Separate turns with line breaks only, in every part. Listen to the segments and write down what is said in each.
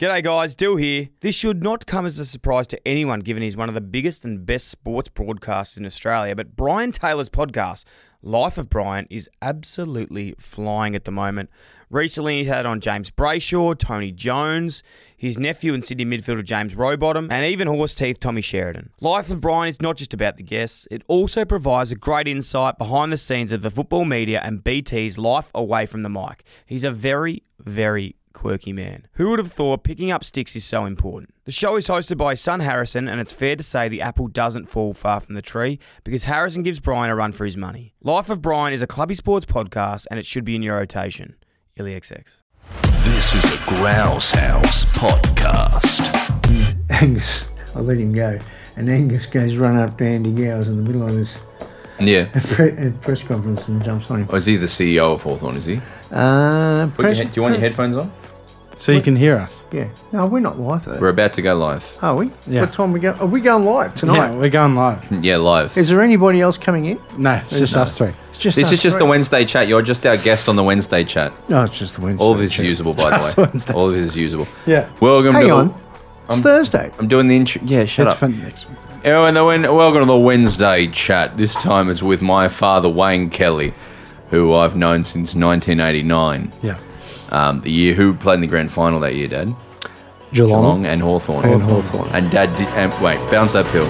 G'day, guys. Dill here. This should not come as a surprise to anyone, given he's one of the biggest and best sports broadcasters in Australia. But Brian Taylor's podcast, Life of Brian, is absolutely flying at the moment. Recently, he's had on James Brayshaw, Tony Jones, his nephew and Sydney midfielder James Rowbottom, and even horse teeth Tommy Sheridan. Life of Brian is not just about the guests, it also provides a great insight behind the scenes of the football media and BT's life away from the mic. He's a very, very quirky man. Who would have thought picking up sticks is so important? The show is hosted by his son Harrison, and it's fair to say the apple doesn't fall far from the tree because Harrison gives Brian a run for his money. Life of Brian is a clubby sports podcast, and it should be in your rotation. IllyXX.
This is the Grouse House Podcast.
Angus, I let him go, and Angus goes run up to Andy Gowers in the middle of this
Yeah.
pre- uh, press conference and jumps on him.
Or is he the CEO of Hawthorn? is he?
Uh,
Put your
press-
he- do you want your headphones on?
So you can hear us.
Yeah. No, we're not live though,
We're about to go live.
are we?
Yeah.
What time we go? Are we going live
Yeah,
tonight?
we're going live.
Yeah, live.
Is there anybody else coming in?
No, it's just us three.
It's just
This
us
is just the
three.
Wednesday chat. You're just our guest on the Wednesday chat.
No, it's just the Wednesday.
All of this is
chat.
usable, by
Just
the way.
Wednesday.
All of this is usable.
Yeah.
Welcome
Hang
to
on,
The,
it's Thursday.
I'm doing the intro. Yeah, shut
It's
up.
for next week.
Oh, and the Wen- welcome to the Wednesday chat. This time it's with my father, Wayne Kelly, who I've known since 1989,
Yeah.
um, the year who played in the grand final that year, Dad.
Geelong.
Long and Hawthorn.
And Hawthorn.
And Dad did. And, wait, bounce uphill.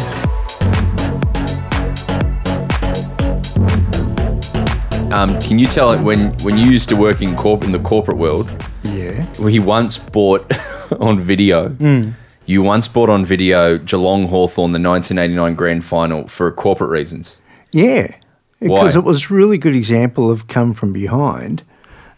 Um, can you tell it when when you used to work in corp in the corporate world?
Yeah.
where He once bought on video. You once bought on video Geelong Hawthorn the 1989 grand final for corporate reasons.
Yeah. Because
Why?
it was really good example of come from behind.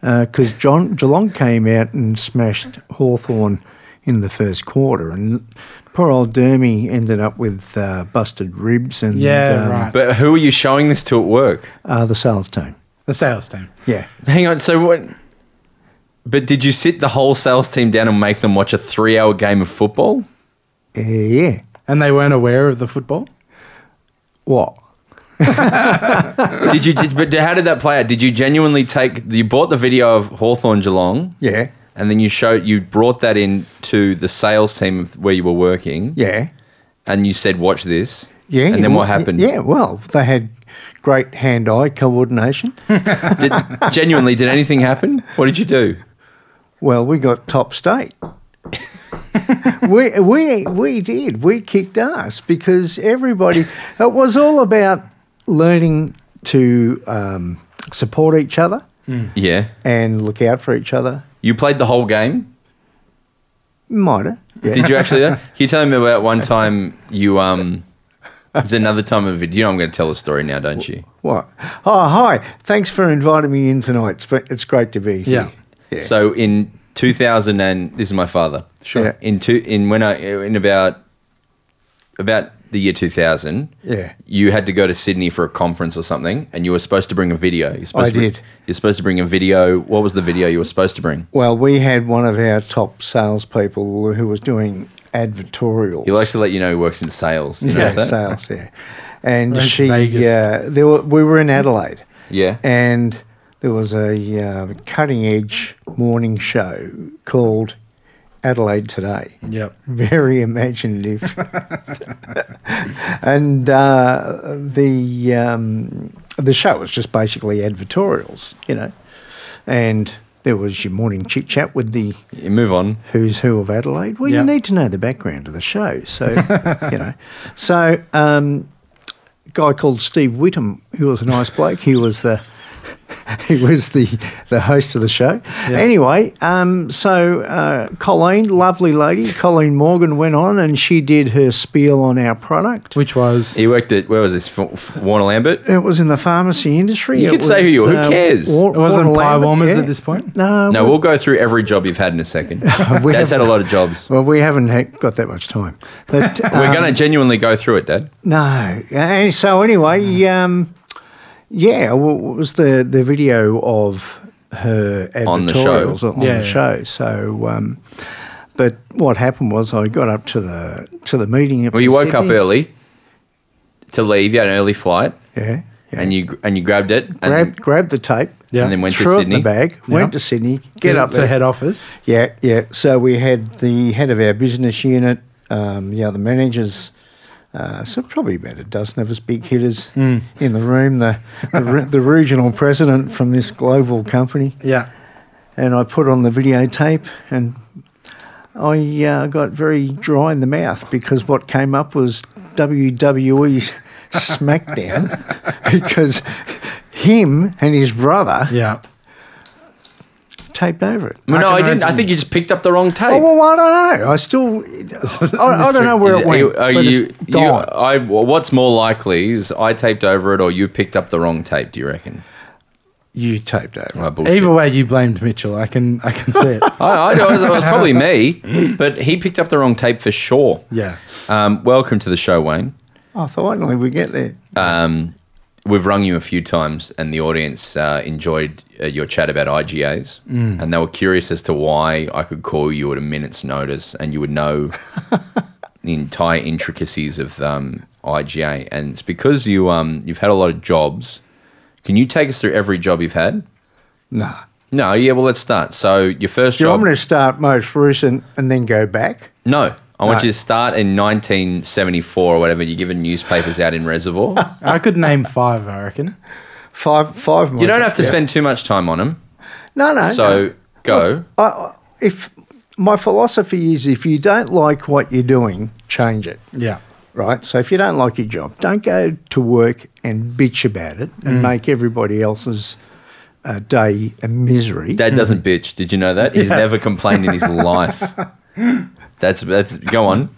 Because John Geelong came out and smashed Hawthorn in the first quarter, and poor old Dermy ended up with uh, busted ribs and
Yeah,
um,
right.
But who are you showing this to at work?
uh, the sales team.
The sales team.
Yeah,
Hang on. So what? But did you sit the whole sales team down and make them watch a three-hour game of football?
yeah, yeah.
And they weren't aware of the football?
What?
did you did, but how did that play out did you genuinely take you bought the video of Hawthorn Geelong
Yeah,
and then you showed you brought that in to the sales team of where you were working
yeah,
and you said watch this
yeah.
and then what
yeah,
happened
Yeah, well, they had great hand-eye coordination.
did, genuinely did anything happen what did you do
Well, we got top state. we, we, we did. We kicked ass because everybody, it was all about learning to um, support each other
yeah
and look out for each other.
you played the whole game
Might have. Yeah.
did you actually can you tell me about one time you um there's another time of video I'm going to tell the story now don't you
What? Oh, hi. Thanks for inviting me in tonight. It's, been- it's great to be here.
Yeah.
So in 2000 and this is my father.
Sure. Yeah.
In two in when I in about about the year 2000.
Yeah.
You had to go to Sydney for a conference or something, and you were supposed to bring a video. You're supposed
I
to bring-
did.
You're supposed to bring a video. What was the video you were supposed to bring?
Well, we had one of our top salespeople who was doing advertorials.
He likes to let you know he works in sales. You
Yeah,
notice that?
sales, yeah. And
Las
she,
Vegas.
yeah, there were, we were in Adelaide,
Yeah.
and there was a uh, cutting edge morning show called Adelaide Today.
Yep.
Very imaginative, and uh, the um, the show was just basically advertorials, you know, and there was your morning chit chat with the
You move on.
who's who of Adelaide. Well,
Yeah.
you need to know the background of the show, so you know. So, um, a guy called Steve Whittam, who was a nice bloke. He was the he was the the host of the show. Anyway, um, so uh, Colleen, lovely lady, Colleen Morgan went on and she did her spiel on our product.
Which was
He worked at where was this? F- F- Warner Lambert.
It was in the pharmacy industry.
You
It uh,
can say who you are. Who cares?
Wa-
it wasn't
Warner
pie
Lambert,
warmers
yeah.
at this point.
No,
No,
we-
we'll go through every job you've had in a second.
We
Dad's had a
haven't-
lot of jobs.
well, we haven't ha- got that much time. But,
We're
um,
going to genuinely go through it, Dad.
No, and so anyway,
Hmm.
um, yeah, well, it was the the video of her
On the show.
advertorials on the show.
Yeah.
So, um, but what happened was I got up to the to the meeting. up
Well,
in
you woke up
Sydney.
early to leave. You had an early flight.
Yeah,
and you and you grabbed it and
Grabbed, grabbed the tape.
Yeah.
and then went
threw
to
it in
Sydney.
the bag, went to Sydney, get up
to
there.
head office.
Yeah, yeah. So we had the head of our business unit, um, the other managers. Uh, so probably about a dozen of us big hitters in the room. The the, re- the regional president from this global company,
Yeah.
and I put on the videotape, and I uh, got very dry in the mouth because what came up was WWE SmackDown because him and his brother
Yeah.
taped over it.
Well, no,
I
I
can
didn't. I
imagine.
think you just picked up the wrong tape.
Oh, well, I don't know. I still, I, I don't know where it
Are
went.
you- are
but
you-
it's
you-
gone.
I- well, what's more likely is I taped over it or you picked up the wrong tape, do you reckon?
You, taped over.
Oh, bullshit.
Either way, you blamed Mitchell. I can I can see it.
I, I, it was, it was probably me, but he picked up the wrong tape for sure.
Yeah.
Um, welcome to the show, Wayne.
Oh, finally we get there.
Um, we've rung you a few times, and the audience uh, enjoyed uh, your chat about IGAs,
Mm.
and they were curious as to why I could call you at a minute's notice, and you would know the entire intricacies of um, IGA. And it's because you um, you've had a lot of jobs. Can you take us through every job you've had?
Nah.
No, yeah. Well, let's start. So your first
Do you
job?
want me to start most recent and then go back?
no. I want
No.
you to start in 1974 or whatever. You're giving newspapers out in Reservoir.
I could name five, I reckon.
Five, five more.
you don't have to
Yeah.
spend too much time on them.
No, no.
So go.
no. I- I, if my philosophy is, if you don't like what you're doing, change it.
Yeah.
Right. So if you don't like your job, don't go to work and bitch about it
Mm.
and make everybody else's uh, day a misery.
Dad doesn't bitch. Did you know that? He's never complained in his life. That's that's go on.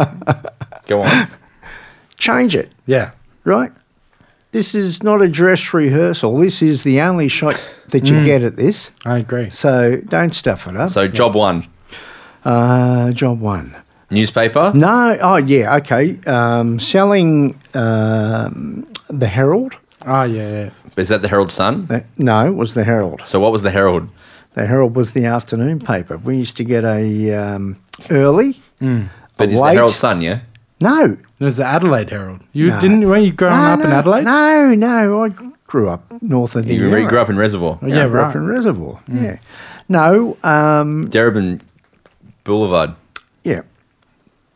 Go on.
change it.
Yeah.
right? This is not a dress rehearsal. This is the only shot that
Mm.
you get at this.
I agree.
So don't stuff it up.
So job 1,
uh, job one.
newspaper.
No. Oh, yeah. Okay. Um, selling um, the Herald.
Oh yeah, yeah.
Is that the Herald Sun?
Uh, No, it was the Herald.
So what was the Herald?
The Herald was the afternoon paper. We used to get a um, early,
But
a
it's the
late.
Herald Sun, yeah.
no.
It was the Adelaide Herald. You
No.
didn't weren't you growing
no,
up
no,
in Adelaide?
No, no. I grew up north of the.
You
Yarra.
grew up in Mm. Reservoir,
Yeah,
grew up
right.
in Reservoir. Yeah. No. Um,
Derribin Boulevard.
Yeah.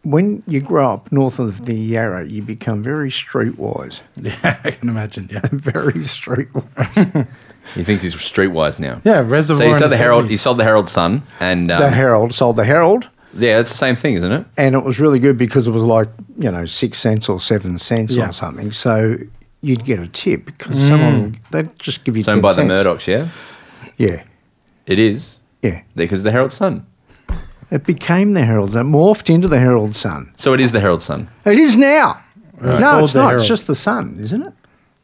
When you grow up north of the Yarra, you become very streetwise.
Yeah, I can imagine. Yeah.
Very streetwise.
He thinks he's streetwise now.
Yeah, Reservoir.
So you
in
sold the Herald. You
70s.
sold the Herald Sun, and um,
the Herald sold the Herald,
yeah, it's the same thing, isn't it?
and it was really good because it was like, you know, six cents or seven cents
Yeah.
or something. So you'd get a tip because someone, they'd just give you
It's
10
owned by Mm. the
cents.
Murdochs, yeah.
Yeah.
It is
Yeah.
because the Herald Sun.
It became the Herald. It morphed into the Herald Sun.
So it is the Herald Sun.
It is now. No,
called
it's
the
not.
Herald.
It's just the Sun, isn't it?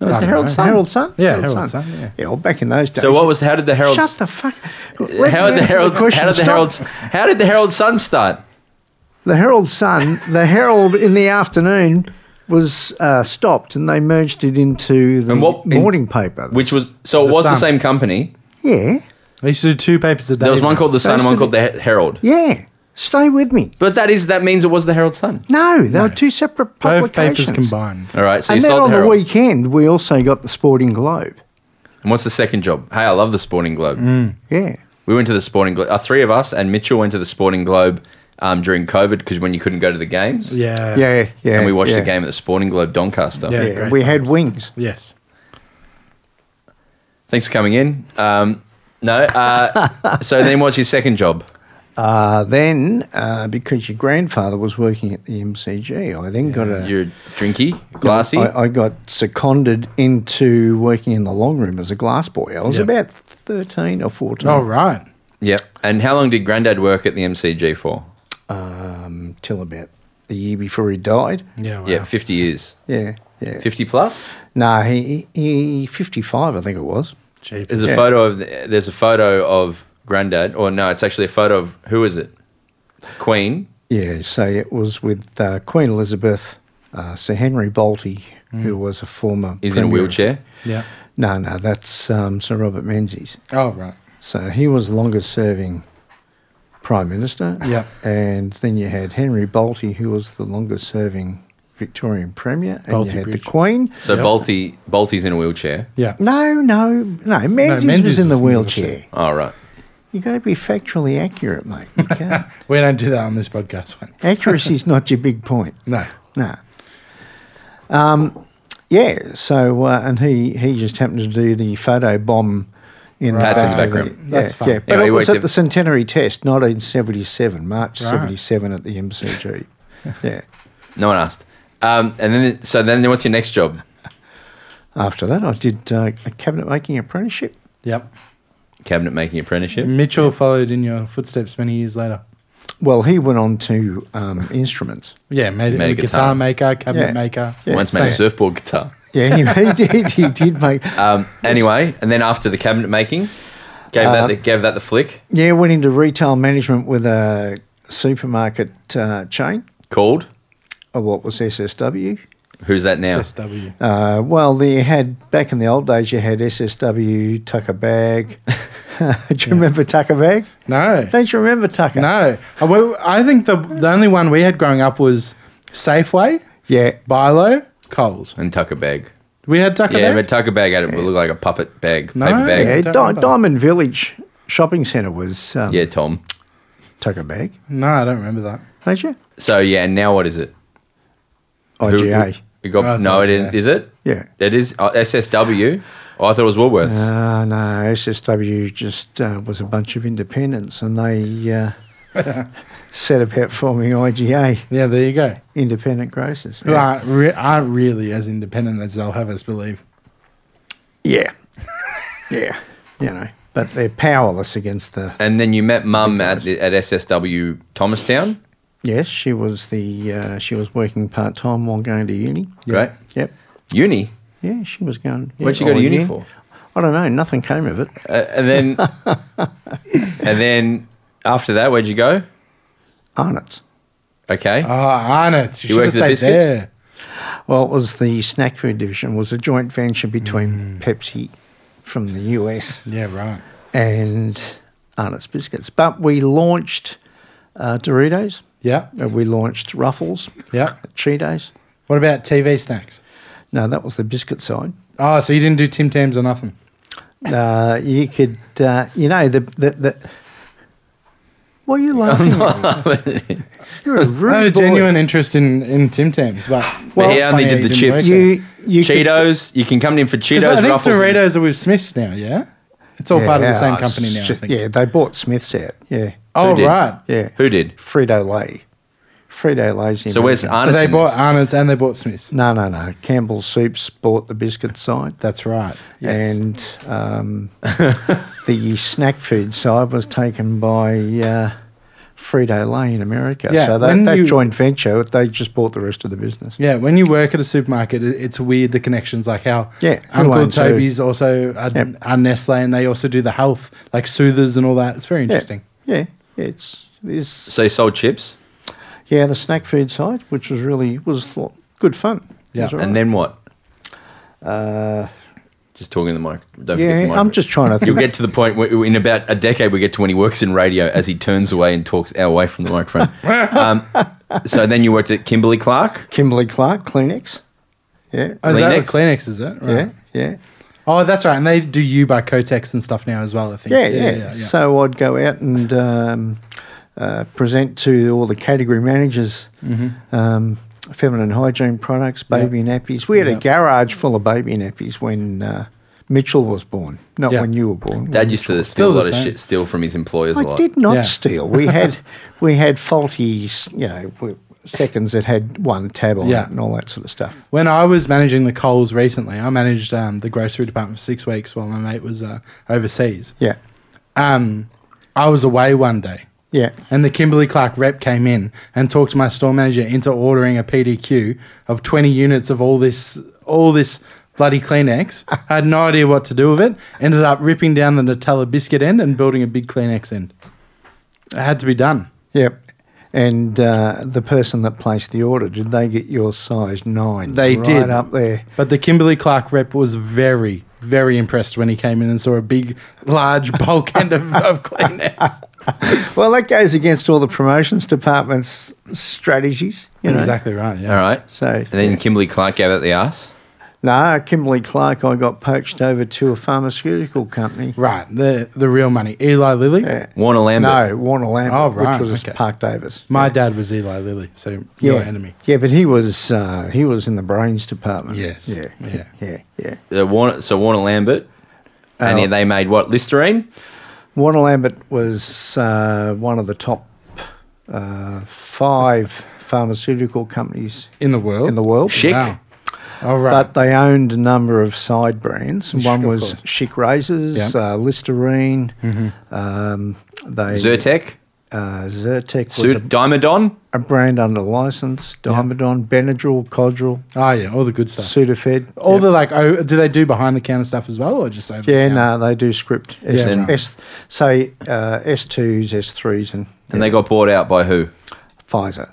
No, it's
I
the
don't
Herald
know.
Sun.
Herald Sun?
Yeah, Herald Sun, yeah.
well, back in those days.
So what was? How did the Herald?
Shut the fuck. Let
How
me
did the
answer
Herald?
question.
how did the
Stop.
Herald? How did the Herald Sun start?
The Herald Sun, the Herald in the afternoon was uh, stopped, and they merged it into the
And what- in-
morning paper.
Which was so? It
The
was the
Sun.
same company.
yeah,
I used to do two papers a day.
There was one
mate.
called the Sun and one
Basically-
called the Her- Herald.
yeah. Stay with me.
But that is that means it was the Herald Sun.
No, they were two separate
both papers
publications.
combined.
All right. So
and
you
then
sold
on
the
the
Herald.
weekend, we also got the Sporting Globe.
and what's the second job? Hey, I love the Sporting Globe.
Yeah,
We went to the Sporting Globe. Uh, three of us and Mitchell went to the Sporting Globe um, during COVID because when you couldn't go to the games.
Yeah.
yeah, yeah.
And we watched
yeah.
the game at the Sporting Globe Doncaster.
Yeah.
Yeah,
Great
we had
times.
wings.
Yes.
Thanks for coming in. Um, no. Uh, so then, what's your second job?
Uh, then, uh, because your grandfather was working at the MCG, I then got a
You're drinky, glassy.
I, I got seconded into working in the long room as a glass boy. I was
Yep.
about 13 or 14
Oh,
All Oh, right.
Yep. And how long did Grandad work at the MCG for?
um, till about a year before he died.
Yeah. Wow.
Yeah, 50 years.
Yeah, yeah.
50 plus?
No, he, he, 55, I think it was.
Cheap.
There's a
Yeah.
photo of there's a photo of Grandad or no, it's actually a photo of who is it? Queen.
Yeah, so it was with uh, Queen Elizabeth, uh, Sir Henry Bolte, who was a former.
Is Mm. in a
Premier.
wheelchair.
Yeah.
No, no, that's um, Sir Robert Menzies.
Oh right.
So he was longest serving Prime Minister.
Yeah.
And then you had Henry Bolte, who was the longest serving Victorian Premier, and
Balti
you had
Bridge.
the Queen.
So Balti Balti's in a wheelchair.
Yeah.
No, no, no. Menzies,
Menzies
was in the
was in the wheelchair.
wheelchair.
All right.
You got to be factually accurate, mate. You can't.
We don't do that on this podcast one.
Accuracy's not your big point.
No.
No. Um, yeah. So uh, and he he just happened to do the photo bomb. In the
That's in
back
the
of the-
background.
yeah,
That's fine.
Yeah, but
Anyway,
it
he
was
worked
at
in-
the centenary test, 1977, March
Right.
77 at the MCG. yeah.
No one asked. Um, and then so then what's your next job?
After that, I did uh, a cabinet making apprenticeship.
Yep.
Cabinet making apprenticeship.
Mitchell followed in your footsteps many years later.
Well, he went on to um, instruments.
Yeah, made,
Made
a
a
guitar,
guitar.
maker, cabinet
Yeah.
maker.
Yeah.
Once made a
same.
surfboard guitar.
Yeah, he, he did. He did make.
Um, anyway, and then after the cabinet making, gave that the, gave that the flick.
Yeah, went into retail management with a supermarket uh, chain,
Called.
or what was SSW.
Who's that now?
SSW.
Uh, well, they had back in the old days. You had SSW, Tucker Bag. Do you remember Tucker Bag?
No.
Don't you remember Tucker?
No. Uh, well, I think the, the only one we had growing up was Safeway,
Yeah,
Bilo, Coles.
And Tucker Bag.
We had Tucker
Yeah,
Bag?
but Tucker Bag had it looked like a puppet bag,
No.
paper bag.
yeah.
I
Yeah.
don't
Di-
remember.
Diamond Village Shopping Centre was um,
Tom.
Tucker Bag.
No, I don't remember that.
Don't you?
So yeah, and now what is it? Who-
IGA.
who- it got-
Oh, it's
no, it
IGA.
is, is it?
Yeah.
It is uh, SSW. Oh, I thought it was Woolworths.
Uh, no, SSW just uh, was a bunch of independents, and they uh, set about forming IGA,
Yeah, there you go.
independent grocers.
Who aren't, re- aren't really as independent as they'll have us believe.
Yeah. yeah. You know, but they're powerless against the.
And then you met Mum at the, at SSW Thomastown,
Yes, she was the. Uh, she was working part time while going to uni.
right?
Yep.
Uni.
Yeah, she was going. Yeah,
Where'd she go
Oh,
to
all
uni
year.
for?
I don't know. Nothing came of it.
Uh, and then, and then after that, where'd you go?
Arnott's.
Okay.
Oh, Arnott. You,
You
should
worked
have
at the
stayed
biscuits?
there.
Well, it was the snack food division. It was a joint venture
Mm.
between Pepsi from the US
Yeah, right.
and Arnott's Biscuits. But we launched uh, Doritos.
Yeah,
uh, We launched Ruffles.
yeah.
Cheetos.
What about TV snacks?
No, that was the biscuit side.
Oh, so you didn't do Tim Tams or nothing?
Uh, you could, uh, you know, the, the, the. What are you laughing at? You're a rude
I have a
boy.
genuine interest in, in Tim Tams, but
Well,
he only
funny
did
how
the
didn't work
chips.
there.
You, you could-
Cheetos. You can come in for
'Cause I
Cheetos,
think
Ruffles. and-
Doritos are with Smiths now, yeah? It's all part of the
Yeah,
same
oh,
company now, I
shit,
think.
Yeah, they bought Smith's out. Yeah,
Oh,
Who did?
right.
yeah.
Who did?
Frito Lay. Frito Lay's in.
So
America.
where's
So
Arnott's?
they
in
bought uh,
this?
Arnott's and they bought Smiths.
No, no, no. Campbell Soups bought the biscuit side,
That's right. Yes.
and um, the snack food side was taken by uh, Frito Lay in America.
Yeah,
so that,
when
that
you-
joint venture, they just bought the rest of the business.
yeah, when you work at a supermarket, it, it's weird the connections, like how
Yeah, who
Uncle
owns who?
Toby's also are,
Yep.
are Nestle and they also do the health, like soothers and all that. It's very interesting.
Yeah, yeah. It's there's
So you sold chips,
yeah the snack food side, which was really was lo- good fun. It
Yeah,
was all
and
right.
then what?
uh,
Just talking to the mic. Don't forget the
yeah,
mic.
I'm just trying to
You'll
think.
get to the point where, in about a decade, we get to when he works in radio as he turns away and talks our way from the microphone. um, so then you worked at Kimberly Clark.
Kimberly Clark Kleenex. Yeah,
Oh, is that what
Kleenex.
Kleenex is it? Right.
yeah, yeah,
Oh, that's right. And they do you by Kotex and stuff now as well, I think.
yeah, yeah, So I'd go out and um, uh, present to all the category managers. Um, Feminine hygiene products, baby nappies. We had
Yeah.
a garage full of baby nappies when uh, Mitchell was born, not
Yeah.
when you were born.
Dad used to
Still
steal a
the
lot of
same.
shit, steal from his employers a
I
lot.
did not
Yeah.
steal. We had we had faulty, s- you know, w- seconds that had one tab on
Yeah.
it and all that sort of stuff.
When I was managing the Coles recently, I managed um, the grocery department for six weeks while my mate was uh, overseas.
Yeah,
Um, I was away one day.
yeah,
And the Kimberly Clark rep came in and talked to my store manager into ordering a PDQ of 20 units of all this, all this bloody Kleenex. I had no idea what to do with it. Ended up ripping down the Nutella biscuit end and building a big Kleenex end. It had to be done.
yep. And uh, the person that placed the order, did they get your size nine?
They
right
did.
up there.
But the Kimberly Clark rep was very, very impressed when he came in and saw a big, large bulk end of, of Kleenex.
Well, that goes against all the promotions department's strategies. You know?
Exactly right. Yeah.
All right.
So,
And then Kimberly Clark gave out the ass.
no, Kimberly Clark, I got poached over to a pharmaceutical company.
Right. The the real money. Eli Lilly.
Yeah.
Warner Lambert.
No, Warner Lambert,
Oh, right,
which was
okay.
Park Davis.
My dad was Eli Lilly, so your enemy.
Yeah, but he was uh, he was in the brains department.
Yes.
Yeah.
Yeah.
Yeah. Yeah. yeah.
Uh, Warner, so Warner Lambert, and
Oh.
they made what Listerine?
Warner Lambert was uh, one of the top uh, five pharmaceutical companies
In the world.
in the world.
Schick.
Wow. All right.
But they owned a number of side brands. One
of
was
course.
Chic Razors,
Yeah. Mm-hmm.
uh, Listerine. Um, they
Zyrtec,
Uh, Zyrtec was
Su- Dimodon.
a, a brand under license. Dimodon, Benadryl, Codral,
oh yeah, all the good stuff.
Sudafed.
all
Yep.
the like. Oh, do they do behind the counter stuff as well, or just over? the
Yeah, no,
counter?
they do script. S,
Yeah, right.
S, say uh, S2s, S3s, and
And they got bought out by who?
Pfizer.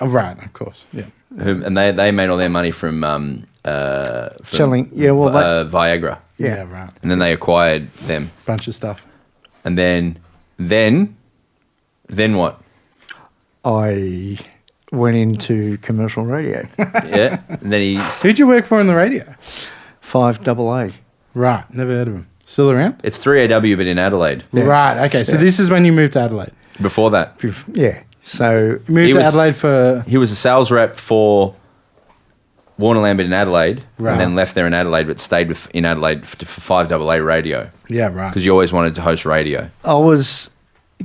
Oh, right. Of course. Yeah.
who and they, they made all their money from, um, uh, from
Selling- yeah, well, that-
uh, Viagra.
Yeah.
Yeah.
Right.
And then they acquired them.
Bunch of stuff.
And then, then, then what?
I went into commercial radio.
Yeah. and then he,
Who'd you work for in the radio?
Five double A.
Right. Never heard of him. Still around?
it's 3AW, but in Adelaide.
Right. Okay. So this is when you moved to Adelaide.
Before that,
Bef- Yeah. So
You moved
He
to
was-
Adelaide for
he was a sales rep for Warner Lambert in Adelaide,
Right.
and then left there in Adelaide, but stayed with, in Adelaide for, for 5AA radio
yeah. Right.
because you always wanted to host radio.
I was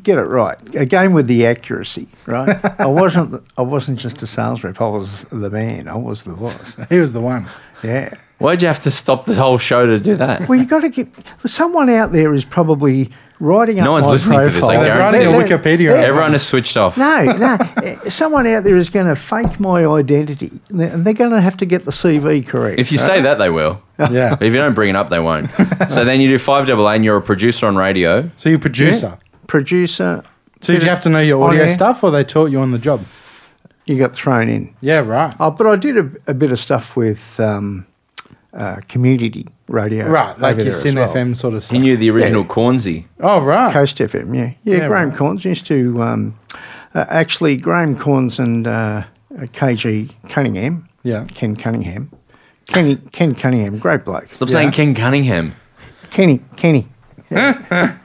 get it right again with the accuracy. Right. I wasn't. I wasn't just a sales rep. I was the man. I was the boss.
He was the one.
Yeah.
Why'd you have to stop the whole show to do that?
Well, you got to get someone out there is probably writing up
No one's
my
listening to this, I
profile.
guarantee.
Writing a
They're-
Wikipedia
they're-
Everyone has switched off.
No, no. Uh, Someone out there is going to fake my identity, and they're- and they're going to have to get the CV correct.
If you say that, they will.
Yeah.
But if you don't bring it up, they won't. so then you do 5AA and you're a producer on radio.
So you're a producer.
Uh, Producer,
So did you have to know your
On
audio
air.
stuff, or they taught you on the job?
you got thrown in.
Yeah. Right.
Oh, but I did a, a bit of stuff with um, uh, community radio,
Right. Like
over there
your
as
Sin
well.
FM sort of
He
stuff.
knew the original Cornsey.
oh right.
Coast FM. Yeah, yeah.
Yeah,
Graham
right.
Corns used to um, uh, actually Graham Corns and uh, KG Cunningham.
Yeah.
Ken Cunningham. Kenny, Ken Cunningham, great bloke.
Stop saying Ken Cunningham.
Kenny, Kenny, Yeah.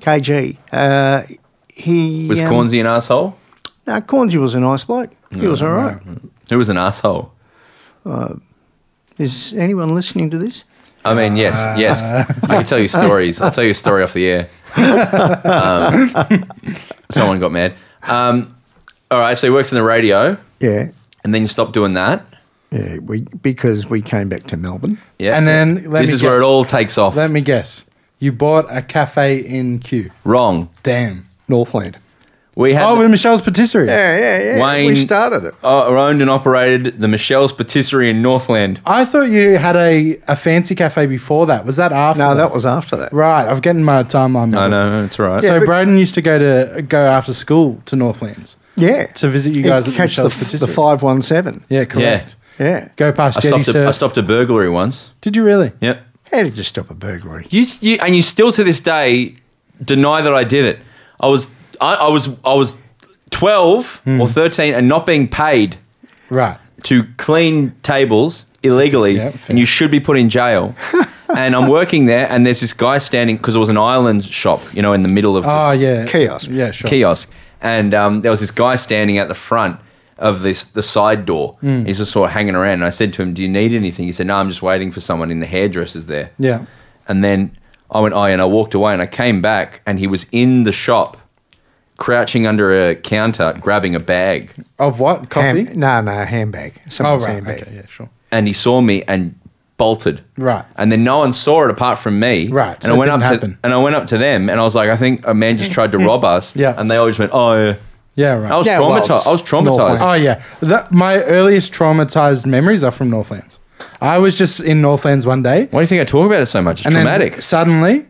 KG. Uh, he
Was
um,
Cornsey an asshole?
No, Cornsy was a nice bloke. He was all right.
Who was an asshole?
Is anyone listening to this?
I mean, yes,
Ah.
yes. I can tell you stories. I'll tell you a story off the air. Um, someone got mad. Um, all right, so he works in the radio,
Yeah,
and then you stop doing that.
yeah. We because we came back to Melbourne.
Yeah.
And then let
this
me
is where it
guess.
all takes off.
Let me guess. You bought a cafe in Q.
Wrong.
Damn.
Northland.
We had
Oh,
the-
with Michelle's patisserie.
Yeah, yeah, yeah.
Wayne-
We started it.
uh, owned and operated the Michelle's Patisserie in Northland.
I thought you had a, a fancy cafe before that. Was that after?
No, that was after that.
right. I've getting my timeline.
I
muddled.
know, that's right.
So
but-
Braden used to go to go after school to Northlands
Yeah.
to visit you guys
It
at
catch the,
Michelle's
f- the
patisserie.
five one seven.
yeah, correct.
Yeah.
Go past
I
Jetty
stopped, a, I
Surf.
stopped a burglary once.
Did you really?
Yep.
How did you stop a burglary?
You, you and you still to this day deny that I did it. I was I, I was I was twelve
Hmm.
or thirteen and not being paid
Right.
to clean tables illegally,
Yeah, fair.
and you should be put in jail. and I'm working there, and there's this guy standing because it was an island shop, you know, in the middle of this
Oh yeah.
Kiosk.
Yeah, sure.
kiosk, and um, there was this guy standing at the front of this the side door.
Mm.
He's just sort of hanging around, and I said to him, "Do you need anything?" He said, "No, I'm just waiting for someone in the hairdresser's there."
Yeah.
And then I went, oh, and I walked away and I came back and he was in the shop, crouching under a counter, grabbing a bag.
Of what? Coffee.
Ham- no, no, handbag.
oh
Someone's
right.
handbag.
Okay. Yeah. Sure.
And he saw me and bolted.
Right.
And then no one saw it apart from me.
Right,
And
so
I
it
went up
didn't
to
happen.
and I went up to them and I was like, I think a man just tried to rob us.
Yeah.
And they always went, Oh yeah.
Yeah. Right.
I was
Yeah, well,
traumatized. I was traumatized.
Northland.
Oh yeah, that, my earliest traumatized memories are from Northlands. I was just in Northlands one day,
Why do you think I talk about it so much? It's
and
traumatic.
then suddenly,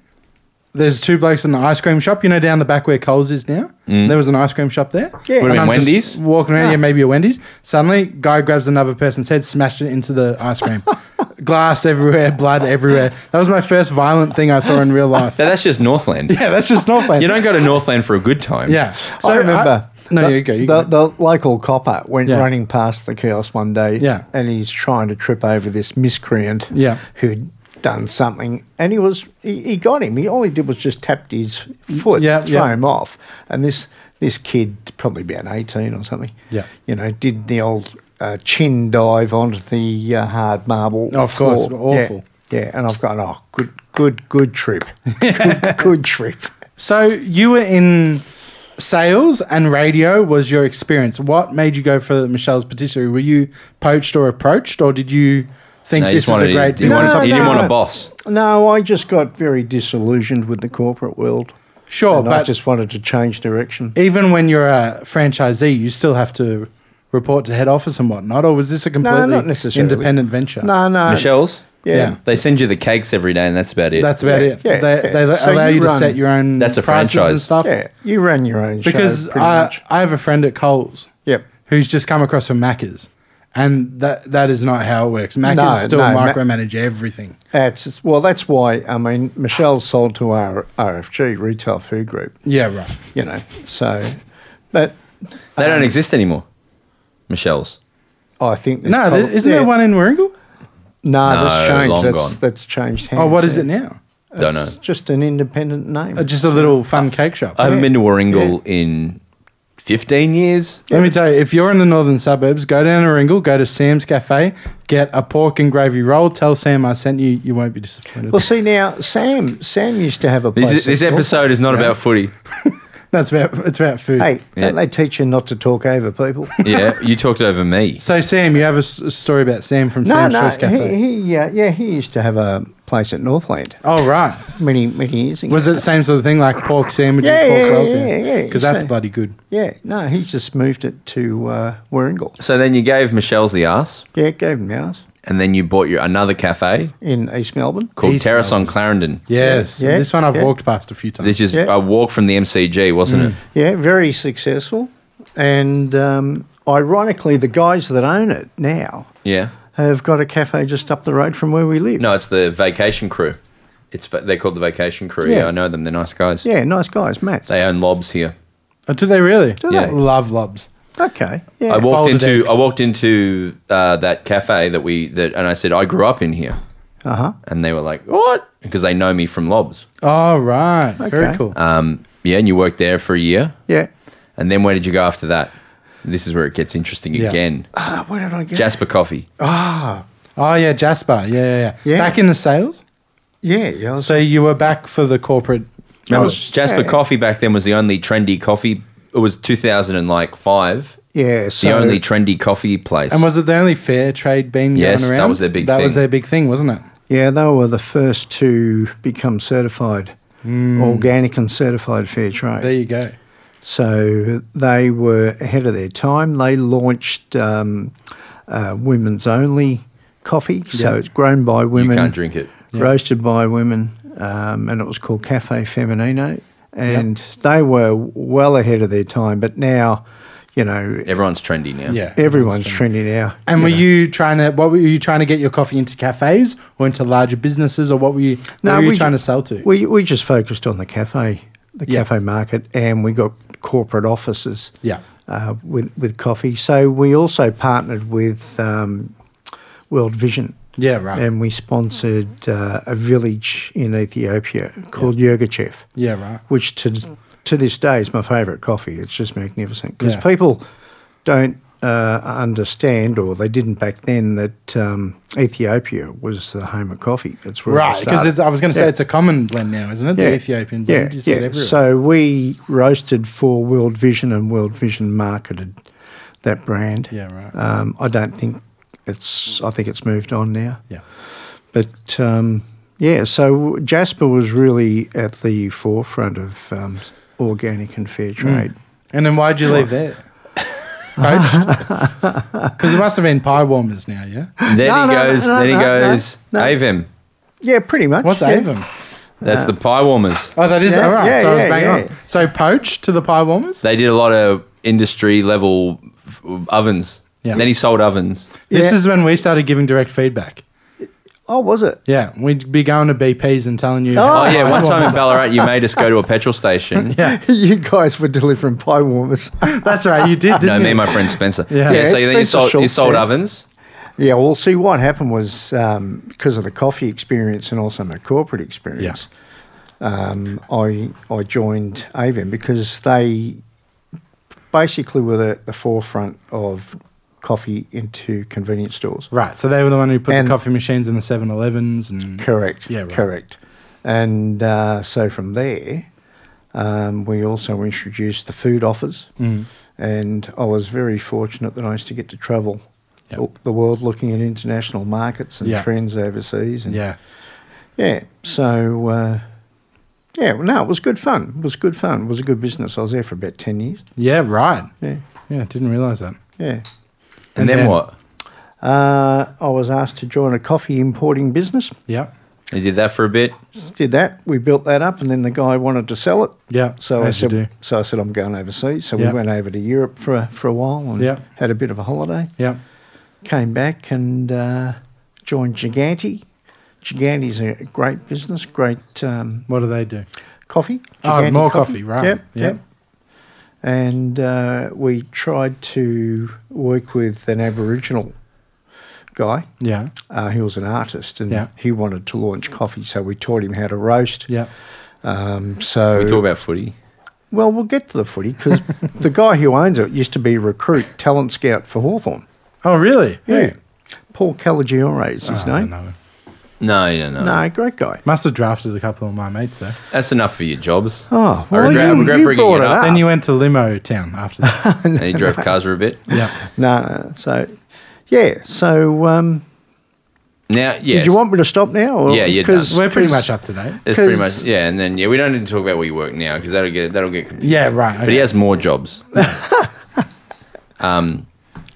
there's two blokes in the ice cream shop. You know, down the back where Coles is now.
Mm.
There was an ice cream shop there.
Yeah. Ah. Would've
And
been
I'm just
Wendy's?
Walking around, yeah, maybe a Wendy's. Suddenly, guy grabs another person's head, smashed it into the ice cream. glass everywhere, blood everywhere. That was my first violent thing I saw in real life.
But that's just Northland.
Yeah, that's just not fair.
You don't go to Northland for a good time.
Yeah.
I remember.
uh, no,
the,
you go. You
the,
go.
the local copper went
Yeah.
running past the kiosk one day,
Yeah.
and he's trying to trip over this miscreant,
Yeah.
who'd done something, and he was he, he got him. He all he did was just tapped his foot,
Yeah,
throw
yeah.
him off, and this this kid, probably about eighteen or something,
Yeah.
you know, did the old uh, chin dive onto the uh, hard marble.
Oh, Of course,
floor. Yeah,
awful.
Yeah, and I've gone, oh, good, good, good trip, good, good trip.
So you were in sales and radio was your experience. What made you go for Michelle's patisserie? Were you poached or approached, or did you think
No, you
this
just
is
wanted,
a great
you, you,
business?
wanted,
No,
you didn't
no,
want a
no.
boss.
No, I just got very disillusioned with the corporate world.
Sure,
and I
but
just wanted to change direction.
even when you're a franchisee, you still have to report to head office and whatnot. Or was this a completely
not necessarily.
independent venture?
No, no. Yeah.
Michelle's?
Uh, yeah.
They send you the cakes every day and that's about it.
That's about
Yeah,
it.
yeah,
they
yeah.
they
So
allow
you
you, to
run-
set your own
That's a
prices and
franchise.
stuff.
Yeah, you ran your own show.
because
pretty
I,
much.
I have a friend at Coles
Yep.
who's just come across from Macca's, and that that is not how it works. Macca's
No,
still
no, Ma-
micromanage everything.
That's, it's- well, that's why, I mean, Michelle's sold to our RFG, Retail Food Group,
Yeah, right.
you know, so, but
they don't exist anymore. Michelle's.
I think. there's
No, there,
prob-
isn't
yeah.
there one in Warringal?
No,
No,
that's changed.
long
that's,
gone.
that's changed hands.
Oh, what is
yeah.
it now?
Don't know.
It's just an independent name.
Uh, just a little fun cake shop.
I haven't been to Warringal in 15 years.
Let me tell you, if you're in the northern suburbs, go down to Warringal, go to Sam's Cafe, get a pork and gravy roll. Tell Sam I sent you. You won't be disappointed.
well, see now, Sam. Sam used to have a place.
This, this
at North-
episode is not about footy.
no, it's about it's about food.
Hey,
Yeah.
don't they teach you not to talk over people?
Yeah, you talked over me.
So Sam, you have a, s- a story about Sam from
no,
Sam's
no.
Choice Cafe.
He, he, yeah, yeah, he used to have a place at Northland
Oh right.
many, many years ago.
Was it the same sort of thing like pork sandwiches,
Yeah,
pork
yeah,
rolls?
yeah, yeah, yeah,
Because that's
so-
bloody good.
Yeah, no, he just moved it to uh, Warringal.
So then you gave Michelle's the ass,
Yeah, gave him ours
and then you bought your another cafe
in East Melbourne.
called
East
Terrace on Clarendon.
Yes.
Yeah,
this one I've
yeah.
walked past a few times.
This is
Yeah.
a walk from the MCG,
Mm.
wasn't it?
Yeah, very successful. And um, ironically, the guys that own it now
Yeah.
have got a cafe just up the road from where we live.
No, it's the Vacation Crew. It's va- they're called the Vacation Crew. Yeah,
Yeah.
I know them. They're nice guys.
Yeah, nice guys, Matt.
They own lobs here.
oh, do they really? Do
Yeah. they?
Love lobs.
okay. Yeah.
I walked
folded
into
egg.
I walked into uh, that cafe that we that and I said I grew up in here,
uh huh.
and they were like what because they know me from lobs.
Oh, right. Very
Okay.
cool.
Um, yeah, and you worked there for a year,
Yeah.
and then where did you go after that? This is where it gets interesting
Yeah.
again.
Ah, where did I get?
Jasper Coffee.
oh, yeah, Jasper. Yeah, yeah, yeah,
Yeah.
Back in the sales?
yeah, yeah. I was-
So you were back for the corporate.
Remember,
was-
Jasper
yeah.
Coffee back then was the only trendy coffee. It was two thousand and like five.
yeah.
The
So
only trendy coffee place.
And was it the only fair trade bean
Yes,
going
that
around?
was their big
That
thing.
was their big thing, wasn't it?
Yeah, they were the first to become certified
Hmm.
organic and certified fair trade.
There you go.
so they were ahead of their time. They launched um, uh, women's only coffee. So it's grown by
you
women,
can't drink it.
roasted by women, um, and it was called Cafe Feminino. And they were well ahead of their time. But now, you know,
Everyone's trendy now.
Yeah.
everyone's trendy now.
And were you trying to, what were you trying to get your coffee into cafes or into larger businesses or what were you, what were you
we ju-
trying to sell to?
We we just focused on the cafe, the
Yeah.
cafe market, and we got corporate offices.
Yeah.
Uh, with with coffee, so we also partnered with um, World Vision,
yeah, right.
and we sponsored uh, a village in Ethiopia called yeah.
yeah, right.
which to to this day is my favourite coffee. It's just magnificent because
Yeah.
people don't uh, understand, or they didn't back then, that um, Ethiopia was the home of coffee. It's where it
Right, because
started.
I was going to say
Yeah.
it's a common blend now, isn't it? The Ethiopian blend.
Yeah,
You see it
yeah.
everywhere.
So we roasted for World Vision, and World Vision marketed that brand.
Yeah, right.
Um, I don't think it's. I think it's moved on now.
yeah.
But um, yeah, so Jasper was really at the forefront of um, organic and fair
Hmm.
trade.
And then why'd you leave there? Because it must have been pie warmers now, yeah?
No,
Then he
no, no,
goes.
no,
then he
no, no,
goes.
no.
Avim.
Yeah, pretty much.
What's
yeah.
Avon?
That's the pie warmers.
Oh, that is
Yeah,
all right.
yeah,
so I was
yeah,
bang
yeah.
on. So poached to the pie warmers.
They did a lot of industry level ovens.
Yeah.
Then he sold ovens.
This
Yeah.
is when we started giving direct feedback.
Oh, was it?
Yeah, we'd be going to BP's and telling you.
Oh,
Oh, yeah, one time in Ballarat, you made us go to a petrol station.
yeah,
you guys were delivering pie warmers.
that's right. You did, didn't
No,
you?
me and my friend Spencer.
Yeah.
Yeah,
Yeah,
so then you
Spencer
sold, you
Schultz,
sold
yeah.
ovens.
yeah, well, see, what happened was um, because of the coffee experience and also my corporate experience, um, I I joined Avon because they basically were the, the forefront of coffee into convenience stores.
Right, so they were the one who put
And-
the coffee machines in the 7-Elevens and
Correct.
Yeah, right.
Correct. And uh, so from there, um, we also introduced the food offers. Mm. And I was very fortunate that I used to get to travel
Yep.
all- the world looking at international markets and
Yeah.
trends overseas. And
yeah,
yeah. So, uh, yeah, well, no, it was good fun. It was good fun. It was a good business. I was there for about 10 years.
yeah, right.
Yeah.
Yeah, didn't realize that.
Yeah.
And, then,
then-
what?
Uh, I was asked to join a coffee importing business.
Yep,
You did that for a bit.
Did that. We built that up, and then the guy wanted to sell it.
yeah.
So I
as
said,
you do.
so I said, I'm going overseas. So
Yeah.
we went over to Europe for a, for a while and
Yeah.
had a bit of a holiday.
Yep.
Came back and uh, joined Giganti. Giganti's a great business, great um,
What do they do?
coffee.
Oh,
Gigante
more coffee, right.
Yep,
Yeah.
yep. And uh, we tried to work with an Aboriginal guy.
Yeah,
Uh, he was an artist and
Yeah.
he wanted to launch coffee, so we taught him how to roast.
yeah,
Um, so
We talk about footy.
Well, we'll get to the footy because the guy who owns it used to be a recruit talent scout for Hawthorn.
Oh, really?
Paul Caligiore is his
Oh, I
name.
know.
No, no, no.
No, great guy.
Must have drafted a couple of my mates there.
That's enough for your jobs.
Oh,
I
well,
regret- I
you,
regret
you
bringing
brought
it
it
up.
up.
Then you went to Limo Town after that.
And you drove cars for a bit.
yeah.
no, so, yeah, so um,
Now, yes.
did you want me to stop now? Or,
Yeah, you're done.
We're pretty much up to date.
That's pretty much
'cause-
yeah, and then yeah, we don't need to talk about where you work now because that'll get that'll get confusing.
Yeah, right.
But he has more jobs. um,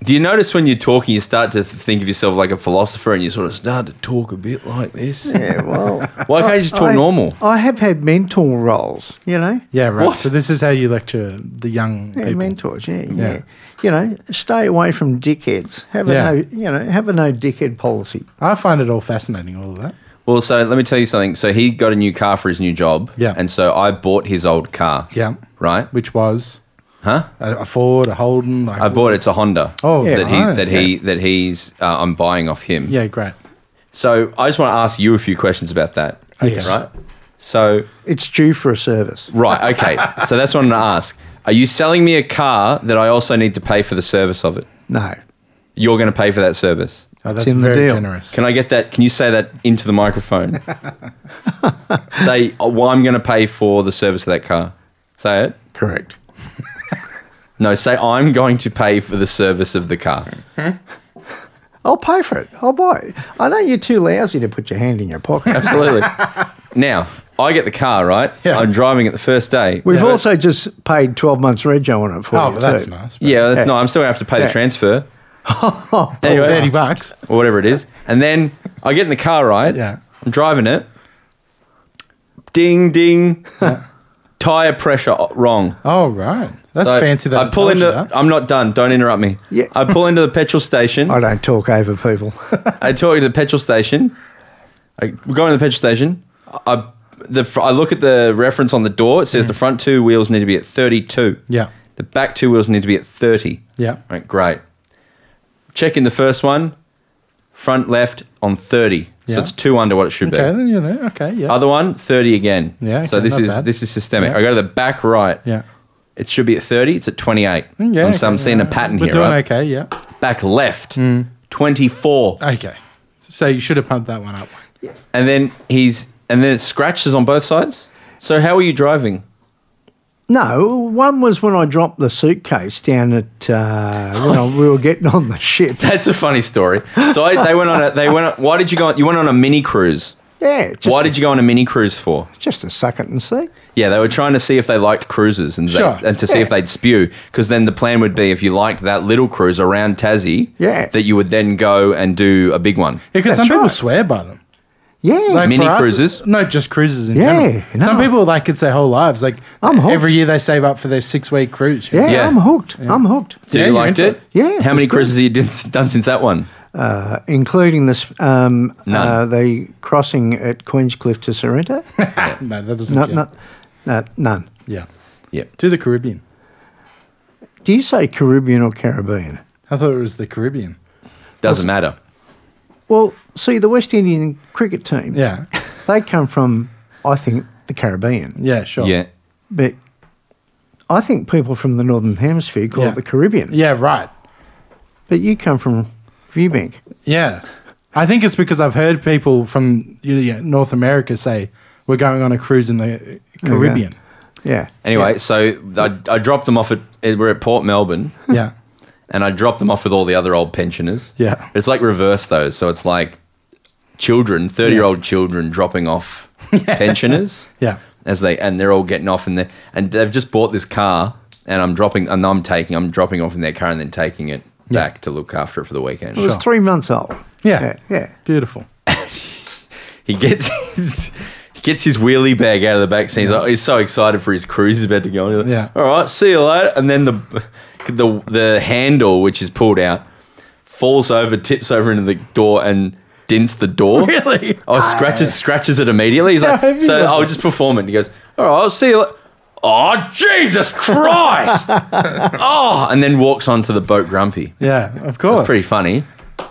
do you notice when you're talking, you start to th- think of yourself like a philosopher, and you sort of start to talk a bit like this?
Yeah, well,
Why can't you just talk
I-
normal?
I have had mentor roles, you know?
Yeah, right.
What?
So this is how you lecture the young
Yeah,
people.
mentors, yeah, yeah, You know, stay away from dickheads. Have
Yeah.
a no, you know, have a no dickhead policy.
I find it all fascinating, all of that.
Well, so let me tell you something. So he got a new car for his new job.
Yeah.
And so I bought his old car.
Yeah.
Right?
Which was
Huh?
a, a Ford, a Holden. Like,
I bought it's a Honda.
Oh,
that he
nice.
that he that he's uh, I'm buying off him.
Yeah, great.
So I just want to ask you a few questions about that.
Okay.
Right? So
It's due for a service.
Right. Okay. so that's what I'm going to ask. Are you selling me a car that I also need to pay for the service of it?
No.
You're going to pay for that service.
Oh, that's
in the
very
deal.
generous.
Can I get that? Can you say that into the microphone? say, oh, well, I'm going to pay for the service of that car. Say it.
Correct.
No, say, I'm going to pay for the service of the car.
I'll Oh, pay for it. I'll buy it. I know you're too lousy to put your hand in your pocket.
Absolutely. now, I get the car, right?
Yeah.
I'm driving it the first day.
We've
But-
also just paid 12 months rego on it for
Oh,
you,
well, that's
too.
nice. but-
Yeah, that's no, I'm still going to have to pay
Yeah.
the transfer
Anyway, 30 bucks.
or whatever it is. And then I get in the car, right?
Yeah.
I'm driving it. Ding, ding. Tire pressure o- wrong.
Oh, right. That's
So
fancy that
I pull into. I'm not done. Don't interrupt me.
Yeah.
I pull into the petrol station.
I don't talk over people.
I talk to the petrol station. I go into the petrol station. I the fr- I look at the reference on the door. It says the front two wheels need to be at 32.
Mm. Yeah.
The back two wheels need to be at 30.
Yeah.
Right, great. Check in the first one. Front left on 30.
Yeah.
So it's two under what it should
Okay,
be.
then you're there. Okay, yeah.
Other one, 30 again.
Yeah,
so
okay,
this
not
is
bad.
this is systemic.
Yeah.
I go to the back right.
yeah. Mm,
It should be at 30. It's at 28.
Yeah.
I'm, so I'm
okay,
seeing a
yeah.
pattern
We're
here,
doing Mm.
right?
okay, yeah.
Back left, 24.
Okay. So you should have pumped that one up.
And then he's and then it scratches on both sides. So how are you driving?
No, one was when I dropped the suitcase down at uh, when I, we were getting on the ship.
That's a funny story. So I, they went on a they went on, why did you go on, you went on a mini cruise?
Yeah, just,
why
to,
did you go on a mini cruise for?
just to suck it and see.
Yeah, they were trying to see if they liked cruises and, they-
Sure.
and to see if
Yeah.
they'd spew. Because then the plan would be if you liked that little cruise around Tassie,
Yeah.
that you would then go and do a big one.
Because
That's
some people
right.
swear by them.
Yeah,
Mini
for us-
cruises?
no, just cruises in
Yeah,
general.
no.
Some people like it's their whole lives. Like
I'm hooked.
every year they save up for their six week cruise. you know?
yeah,
Yeah.
I'm hooked. I'm hooked.
Did
Yeah,
you
you're
liked
into
it?
it. Yeah,
How
it
many
was good.
cruises have you did, done since that one?
uh, including this um,
None.
uh, the crossing at Queenscliff to Sorrento.
No, that doesn't
not,
count.
not, no, none.
Yeah.
Yep.
To the Caribbean.
Do you say Caribbean or Caribbean?
I thought it was the Caribbean.
Doesn't matter.
Well, see, the West Indian cricket team,
Yeah.
they come from, I think, the Caribbean.
Yeah, sure.
Yeah.
But I think people from the Northern Hemisphere call
Yeah.
it the Caribbean.
Yeah, right.
But you come from Viewbank.
Yeah. I think it's because I've heard people from you know, North America say, we're going on a cruise in the Caribbean.
Yeah.
Anyway, so I, I dropped them off at eh, we're at Port Melbourne,
Yeah.
and I dropped them off with all the other old pensioners.
Yeah.
It's like reverse though, so it's like children, thirty year old children dropping off pensioners.
Yeah.
As they and they're all getting off in there and they've just bought this car and I'm dropping and I'm taking I'm dropping off in their car and then taking it back to look after it for the weekend.
It was three months old.
Yeah.
Yeah. yeah.
Beautiful.
He gets his he gets his wheelie bag out of the back seat. He's, like, he's so excited for his cruise he's about to go on. He's like,
Yeah.
All right, see you later. And then the the the handle which is pulled out falls over, tips over into the door and dents the door.
Really? Ah.
Oh, scratches scratches it immediately. He's
How
like, so
beautiful.
I'll just perform it. And he goes, all right, I'll see you. la-" Oh Jesus Christ! oh, and then walks onto the boat grumpy.
Yeah, of course.
Pretty funny.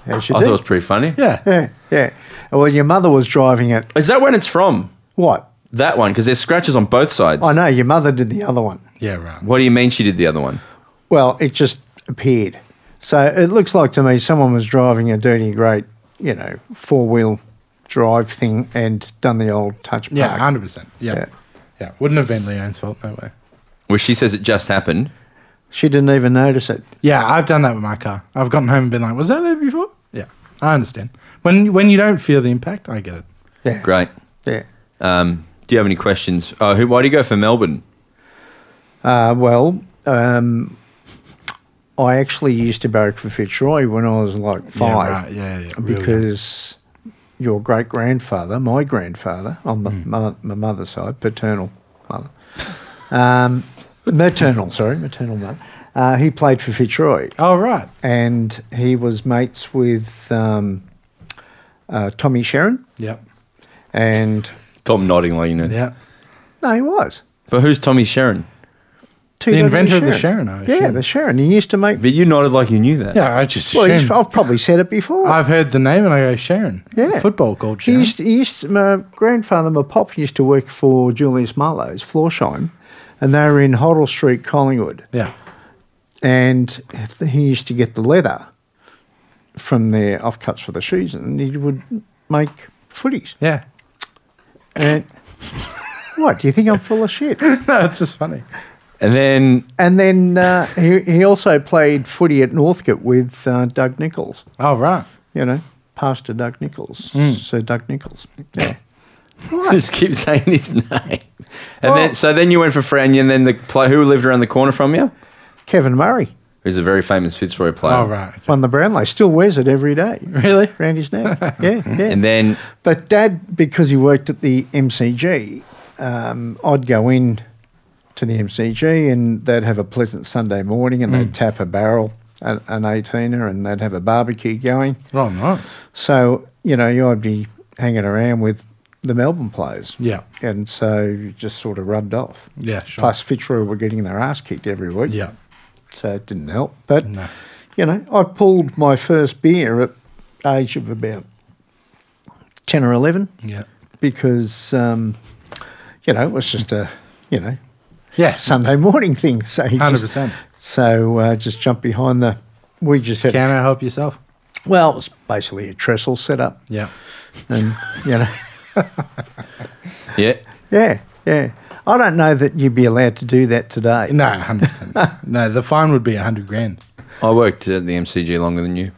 As
I
you
thought it
do.
was pretty funny.
yeah.
Yeah. Yeah. Well, your mother was driving it.
Is that when it's from?
What?
That one because there's scratches on both sides.
I know your mother did the other one.
Yeah, right.
What do you mean she did the other one?
Well, it just appeared. So it looks like to me someone was driving a dirty great, you know, four wheel drive thing and done the old touch park.
Yeah, 100%. Yeah.
Yeah.
yeah. Wouldn't have been Leone's fault, no way.
Well, she says it just happened.
She didn't even notice it.
Yeah, I've done that with my car. I've gotten home and been like, was that there before? Yeah, I understand. When when you don't feel the impact, I get it.
Yeah.
Great.
Yeah.
Um, do you have any questions? Uh, who, why do you go for Melbourne?
Uh, well, um, I actually used to barrack for Fitzroy when I was like five.
Yeah, right. yeah, yeah. real young.
because your great grandfather, my grandfather on the
Hmm.
mo- my mother's side, paternal mother, um, maternal, sorry, maternal mother, uh, he played for Fitzroy
Oh, right.
and he was mates with um, uh, Tommy Sharon
Yep.
and
Tom nodding like you know.
Yeah.
no, he was.
But who's Tommy Sharon?
The
TW
inventor of the Sharon, I
yeah,
assume.
the Sharon. He used to make.
But you nodded like you knew that.
Yeah, I just
Well, he's,
assumed.
I've probably said it before.
I've heard the name and I go, Sharon.
Yeah.
Football called
He
Sharon.
used, to, he used to- my grandfather, my pop, used to work for Julius Marlowe's Florsheim, and they were in Hoddle Street, Collingwood.
yeah.
And he used to get the leather from their offcuts for the shoes, and he would make footies.
Yeah.
And what do you think? I'm full of shit.
no, it's just funny.
And then
And then uh, he he also played footy at Northcote with uh, Doug Nichols.
Oh, right.
You know, Pastor Doug Nichols,
Hmm.
Sir Doug Nichols. Yeah.
just keep saying his name. And then so then you went for Fran, and then the play who lived around the corner from you,
Kevin Murray.
who's a very famous Fitzroy player.
Oh, right.
won the Brownlow. Still wears it every day.
Really?
Around his neck. Yeah, yeah.
And then
but Dad, because he worked at the MCG, um, I'd go in to the MCG and they'd have a pleasant Sunday morning and
Hmm.
they'd tap a barrel, a- an 18er, and they'd have a barbecue going.
Oh, nice.
So, you know, you- I'd be hanging around with the Melbourne players.
Yeah.
And so you just sort of rubbed off.
Yeah, sure.
Plus, Fitzroy were getting their ass kicked every week.
Yeah.
So it didn't help. But,
No.
you know, I pulled my first beer at age of about 10 or 11
Yeah.
because, um, you know, it was just a, you know,
Yeah.
Sunday morning thing. So you just-
100%.
so uh, just jump behind the, we just had,
Can I help yourself?
well, it was basically a trestle set up
Yeah.
and, you know,
yeah,
yeah, yeah. I don't know that you'd be allowed to do that today.
No, 100%. no, the fine would be 100 grand.
I worked at the MCG longer than you.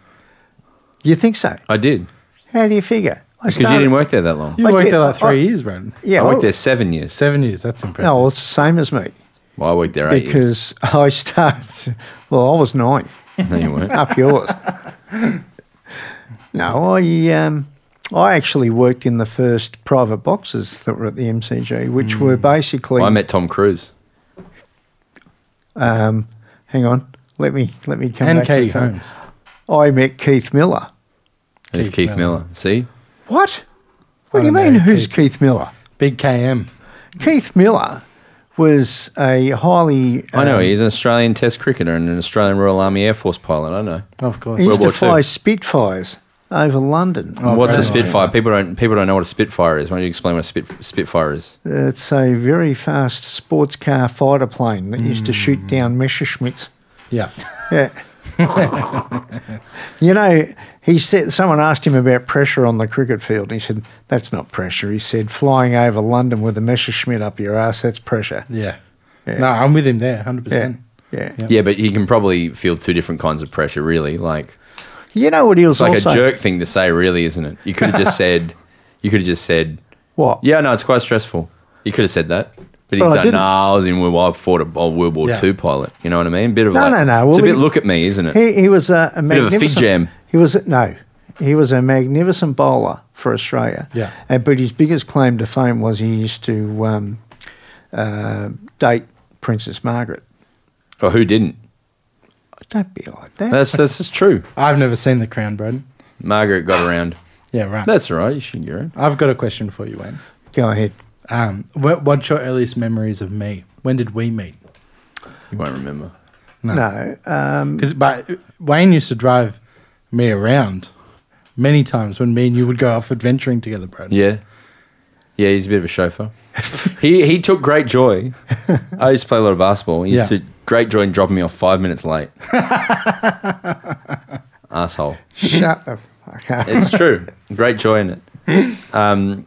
You think so?
I did
How do you figure? I
because you
started-
didn't work there that long.
You
I
worked
did-
there like three
I-
years, bro.
Yeah,
I worked
I-
there seven years.
Seven years. That's impressive.
No, well, it's the same as me.
Well, I worked there eight years.
because I started. Well, I was nine,
No, you weren't.
up yours. no, I um, I actually worked in the first private boxes that were at the MCG, which were basically.
Hmm. I met Tom Cruise.
um, hang on, let me let me come
and
back to
Katie
that.
Holmes.
I met Keith Miller
And it's
Keith
Keith Miller. See?
What? What do you
don't know,
mean? Who's
Keith.
Keith Miller?
Big KM.
Keith Miller was a highly.
I know
um,
he's an Australian Test cricketer and an Australian Royal Army Air Force pilot. I know.
Of course.
He used
World
to
War
fly
II.
Spitfires over London.
Oh,
What's a
very nice.
Spitfire? People don't people don't know what a Spitfire is. Why don't you explain what a Spit, Spitfire is?
It's a very fast sports car fighter plane that used to
Hmm.
shoot down Messerschmitts.
Yeah.
Yeah. you know, he said someone asked him about pressure on the cricket field. He said, "That's not pressure." He said, "Flying over London with a Messerschmitt up your ass, that's pressure."
Yeah.
Yeah.
No, I'm with him there, 100%.
Yeah. Yeah.
Yeah.
Yeah, but he can probably feel two different kinds of pressure. Really, like
You know what he was
it's like
also
a jerk thing to say. Really, isn't it? You could have just said. You could have just said.
What?
Yeah, no, it's quite stressful. You could have said that. But he's
Well, I
like,
didn't.
nah, I was in World War, I fought a a World War
Yeah.
II pilot. You know what I mean? Bit of
No,
like,
no, no. Well,
it's a bit
we-
look at me, isn't it?
He, he was a, a
Bit of a fig
magnificent.
jam.
He was a, no, he was a magnificent bowler for Australia.
Yeah.
Uh, but his biggest claim to fame was he used to um, uh, date Princess Margaret.
or who didn't?
Don't be like that.
That's that's just true.
I've never seen The Crown, Braden.
Margaret got around.
Yeah, right.
That's all right. You should get around.
I've got a question for you, Wayne.
Go ahead.
Um, what, what's your earliest memories of me? When did we meet?
You won't remember.
No.
No. Um,
Because but Wayne used to drive me around many times when me and you would go off adventuring together, bro.
Yeah. Yeah, he's a bit of a chauffeur. he he took great joy. I used to play a lot of basketball. He used
Yeah.
to great joy in dropping me off five minutes late. Asshole.
shut the fuck up.
It's true. Great joy in it. Um,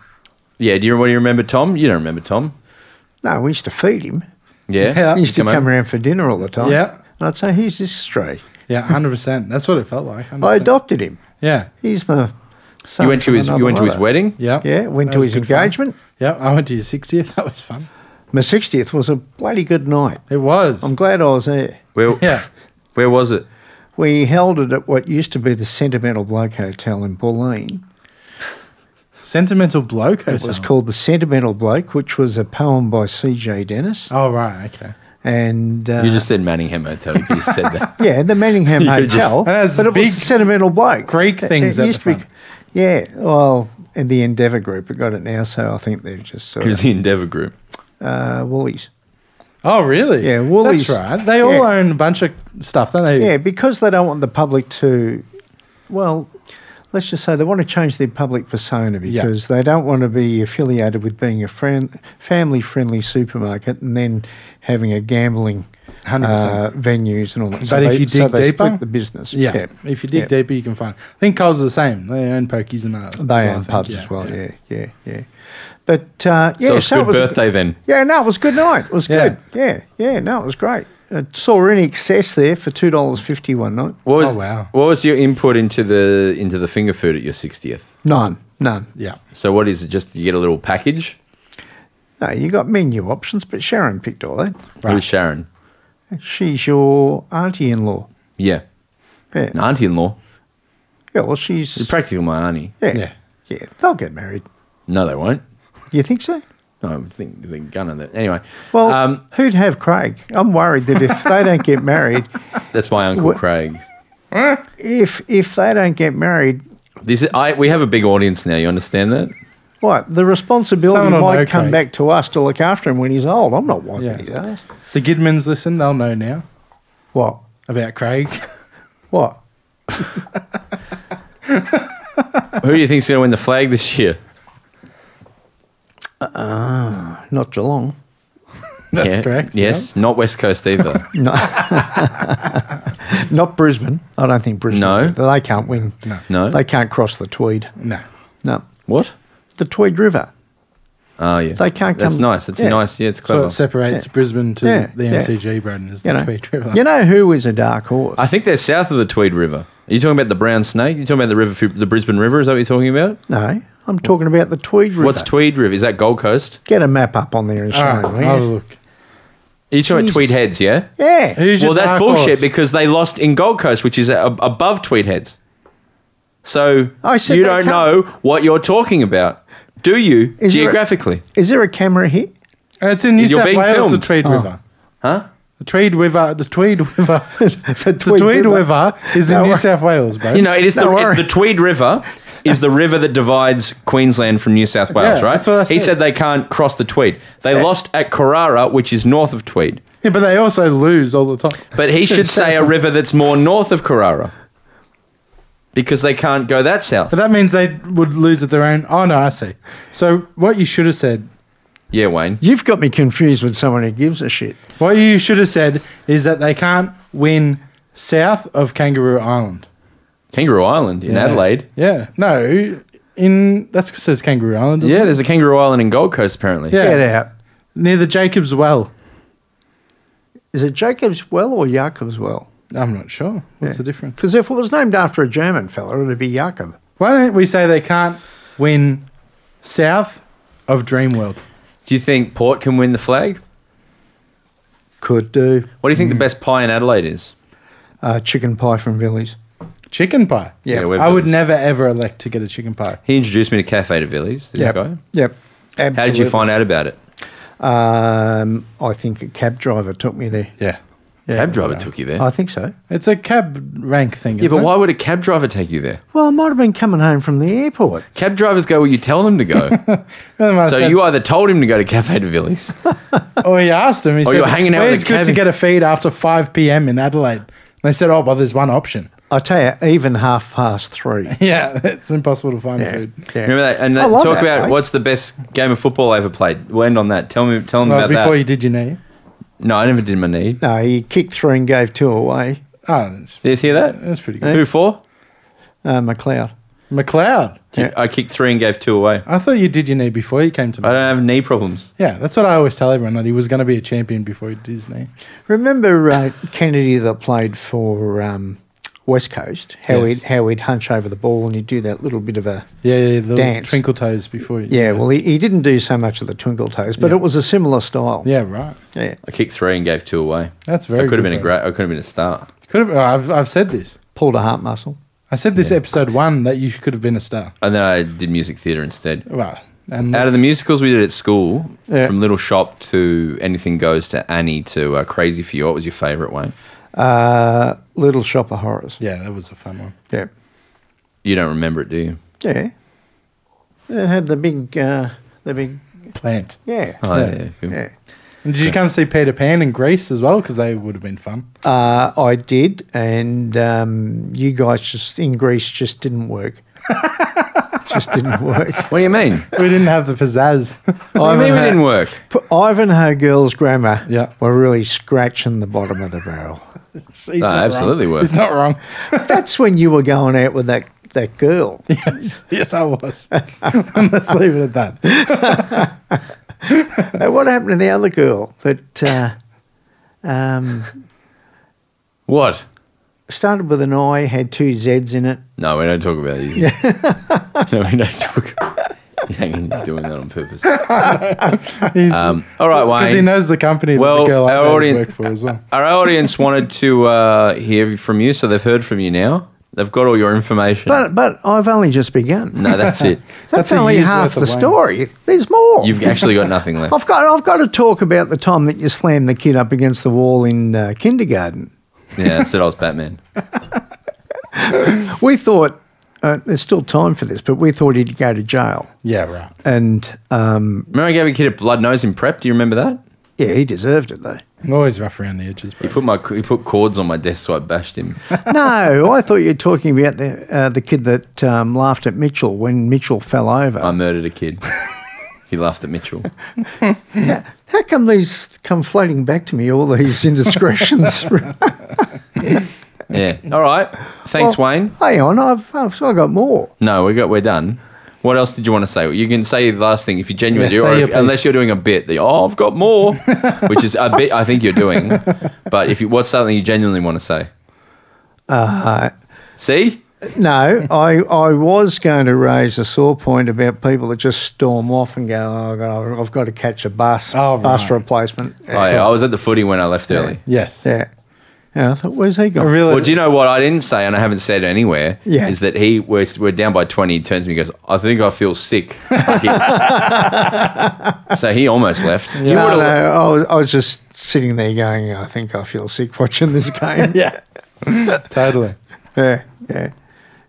yeah. Do you what do you remember Tom? You don't remember Tom?
No, we used to feed him.
Yeah.
Yeah.
He used to
Come
come,
over.
around for dinner all the time.
Yeah.
And I'd say, who's this stray?
Yeah, hundred percent. That's what it felt like. 100%.
I adopted him.
Yeah,
He's my son.
You went to
from
his you
another
went to his
mother.
wedding.
yeah,
Yeah, went
That
to
was
his
good fun.
engagement.
Yeah, I went to your sixtieth. That was fun.
My 60th was a bloody good night.
It was.
I'm glad I was there.
Where
Yeah.
where was it?
We held it at what used to be the Sentimental Bloke Hotel in Bulleen.
Sentimental bloke.
It was called the Sentimental Bloke, which was a poem by C.J. Dennis.
Oh right, okay.
And uh,
You just said Manningham Hotel. You could have said that.
yeah, the Manningham
You just-
Hotel,
That's
but it
big
was the Sentimental Bloke.
Greek
It-
things
it
at
used
the
to be- yeah, well, in the Endeavour Group, it got it now, so I think they've just sort
It was
of
the Endeavour Group.
uh, Woolies.
Oh really?
Yeah, Woolies.
That's right. They all
Yeah.
own a bunch of stuff, don't they?
Yeah, because they don't want the public to, well, let's just say they want to change their public persona
Yeah.
because they don't want to be affiliated with being a friend, family-friendly supermarket and then having a gambling
100%.
uh, venues and all that.
But if
they,
you
so
dig
they
deeper-
split the business.
Yeah. If you dig
yeah.
deeper, you can find. I think Coles are the same. They own pokies and that.
they own pubs as well. Yeah, yeah, yeah. But uh, yeah,
so it's
it
good
was a-
birthday then.
yeah, no, it was a good night. It was
Yeah.
good. Yeah, yeah, no, it was great. I saw in excess there for two dollars fifty one night.
What was
Oh, wow.
what was your input into the into the finger food at your sixtieth?
None, none.
Yeah.
So what is it? Just you get a little package.
No, you got menu options, but Sharon picked all that.
Right. Who's Sharon?
She's your auntie-in-law.
Yeah,
Yeah,
an auntie-in-law.
yeah well, she's
You're practically my auntie.
yeah,
Yeah.
yeah, They'll get married.
No, they won't.
You think so?
No, I think they're gonna. That. Anyway,
Well,
um,
who'd have Craig? I'm worried that if they don't get married,
that's my uncle
what-
Craig.
if if they don't get married,
This is, I we have a big audience now. You understand that?
what the responsibility
Someone will know
might come
Craig.
back to us to look after him when he's old. I'm not wiping
Yeah.
his ass.
The Gidmans listen. They'll know now
What?
about Craig.
What?
Who do you think's gonna win the flag this year?
Not Geelong.
That's
Yeah.
correct.
Yes, not West Coast either.
Not Brisbane. I don't think Brisbane.
No.
they can't win.
No.
No.
they can't cross the Tweed.
Yeah. No.
No,
what?
the Tweed River.
Oh yeah,
They can't
That's
come-
nice. That's
yeah.
nice. Yeah, it's
So
clever.
what separates Brisbane to
Yeah,
the
yeah.
MCG, Braden, is the
You know,
Tweed River.
you know who is a dark horse?
I think they're south of the Tweed River. Are you talking about the Brown Snake? Are you talking about the river, the Brisbane River? Is that what you're talking about?
No, I'm talking about the Tweed River.
What's Tweed River? Is that Gold Coast?
Get a map up on there and show
All right,
me.
I'll look.
Are you talking about
Jesus.
Tweed Heads? Yeah.
Yeah.
Who's your
Well, that's
dark
bullshit
horse?
because they lost in Gold Coast, which is a, above Tweed Heads. So
Oh, I said
you
they
don't
can't-
know what you're talking about, do you?
Is there a-
geographically,
Is there a camera here?
It's in New
You're
South
being
Wales,
filmed.
the Tweed
Oh.
River.
huh?
The Tweed River, the Tweed River, the
Tweed
Tweed River,
River.
is in
No
New
wor-
South Wales, bro.
You know, it is
No
the,
worry.
it- the Tweed River is the river that divides Queensland from New South Wales,
Yeah,
right?
that's what I
He
said.
said they can't cross the Tweed. They lost at Carrara, which is north of Tweed.
yeah, but they also lose all the time.
But he should say a river that's more north of Carrara because they can't go that south.
But that means they would lose at their own. Oh no, I see. So what you should have said,
Yeah, Wayne.
You've got me confused with someone who gives a shit.
what you should have said is that they can't win south of Kangaroo Island
Kangaroo Island in
Yeah.
Adelaide.
Yeah, no, in that says Kangaroo Island. doesn't
Yeah,
it?
there's a Kangaroo Island in Gold Coast apparently.
yeah,
Get out.
near the Jacobs Well.
Is it Jacob's Well or Jacob's Well?
I'm not sure. What's the difference?
Because if it was named after a German fella, it'd be Jakob.
Why don't we say they can't win south of Dreamworld?
Do you think Port can win the flag?
Could do.
What do you think
Mm.
the best pie in Adelaide is?
Uh, chicken pie from Villies.
Chicken pie.
Yeah, we've
I
got
would
this.
never ever elect to get a chicken pie.
He introduced me to Cafe de Villiers, this guy.
Yep.
How did you find out about it?
Um, I think a cab driver took me there.
Yeah,
Yeah.
Cab driver took you there.
I think so.
it's a cab rank thing.
yeah,
isn't
but
it?
why would a cab driver take you there?
Well, I might have been coming home from the airport.
Cab drivers go where you tell them to go.
Remember I
so
said-
you either told him to go to Cafe de Villiers.
Oh, you asked him. He
Oh,
said,
you were hanging out with
Where's
the
good to
cabin."
get a feed after 5 p.m. in Adelaide? And they said, oh, well, there's one option.
I tell you, even half past three.
Yeah, it's impossible to find food.
Remember that? And
I
that,
love
talk
that,
about
mate.
what's the best game of football I ever played. We'll end on that. Tell me, tell them
Well,
about
before
that.
you did your knee.
No, I never did my knee.
No, he kicked three and gave two away.
Oh, that's,
Did you hear that?
that's pretty good.
Who for?
Uh, McLeod.
McLeod.
Yeah.
I kicked three and gave two away.
I thought you did your knee before you came to
I
me.
don't have knee problems.
Yeah, that's what I always tell everyone that he was going to be a champion before he did his knee.
Remember uh, Kennedy that played for um, West Coast? How
Yes.
he'd how he'd hunch over the ball and he'd do that little bit of a
Yeah, yeah, the little
Dance.
twinkle toes before you.
yeah. Well, he, he didn't do so much of the twinkle toes, but it was a similar style.
Yeah, right.
yeah.
I kicked three and gave two away.
That's
I
very
could have
good,
been a
bro.
great. I could have been a star.
Could have, oh, I've, I've said this.
pulled a heart muscle.
I said this episode one that you could have been a star.
And then I did music theatre instead.
Well, and
Out of the musicals we did at school,
Yeah.
from Little Shop to Anything Goes to Annie to uh, Crazy for You, what was your favourite one?
Uh, Little Shop of Horrors.
yeah, that was a fun one.
Yeah.
You don't remember it, do you?
Yeah. It had the big, uh, the big,
Plant.
yeah.
Oh, yeah. yeah, cool.
Yeah.
And did you come see Peter Pan in Greece as well? Because they would have been fun.
Uh, I did, and um, you guys just in Greece just didn't work. just didn't work.
What do you mean?
We didn't have the pizzazz.
I mean, we
Ivanhoe-
didn't work.
P- Ivanhoe Girls Grammar
Yeah.
were really scratching the bottom of the barrel.
He's
No,
not
absolutely
wrong.
worth
He's not wrong.
That's when you were going out with that, that girl.
yes, I was. Let's leave it at that.
Now, Uh, what happened to the other girl that uh, um,
What?
started with an I, had two Zs in it?
No, we don't talk about these. no, we don't talk. You're hanging- you're doing that on purpose.
He's,
Um, all right,
because he
Wayne.
knows the company
Well,
that the girl
our
I
audience-
worked for as well.
Our audience wanted to uh, hear from you, so they've heard from you now. They've got all your information.
But but I've only just begun.
no, that's it.
That's,
That's a
only
year's
half
worth
the
of Wayne.
story. There's more.
You've actually got nothing left.
I've got I've got to talk about the time that you slammed the kid up against the wall in uh, kindergarten.
Yeah, I said I was Batman.
We thought uh, there's still time for this, but we thought he'd go to jail,
Yeah, right.
and um,
Remember, I gave a kid a blood nose in prep. Do you remember that?
yeah, he deserved it though.
I'm always rough around the edges,
He
bro.
put my he put cords on my desk, so I bashed him.
no, I thought you were talking about the uh, the kid that um, laughed at Mitchell when Mitchell fell over.
I murdered a kid. He laughed at Mitchell.
How come these come floating back to me? All these indiscretions.
Yeah. All right. Thanks,
Well-
Wayne.
Hang on, I've, I've still got more.
No, we got we're done. What else did you want to say? You can say the last thing if you genuinely
Yeah,
do,
say
or
your
if,
piece.
unless you're doing a bit. The, oh, I've got more, which is a bit. I think you're doing. But if you, what's something you genuinely want to say?
Uh,
See,
No, I, I was going to raise a sore point about people that just storm off and go, oh, God, I've got to catch a bus,
Oh,
bus
right.
replacement.
oh, yeah, I was at the footy when I left early.
Yes.
Yeah. And I thought, where's he gone?
Oh, really?
Well, do you know what I didn't say, and I haven't said anywhere?
Yeah.
Is that he, we're, we're down by 20, he turns to me and goes, I think I feel sick. Like he- so he almost left. You
no,
would've-
no, I was, I was just sitting there going, I think I feel sick watching this game.
yeah. totally.
yeah, yeah.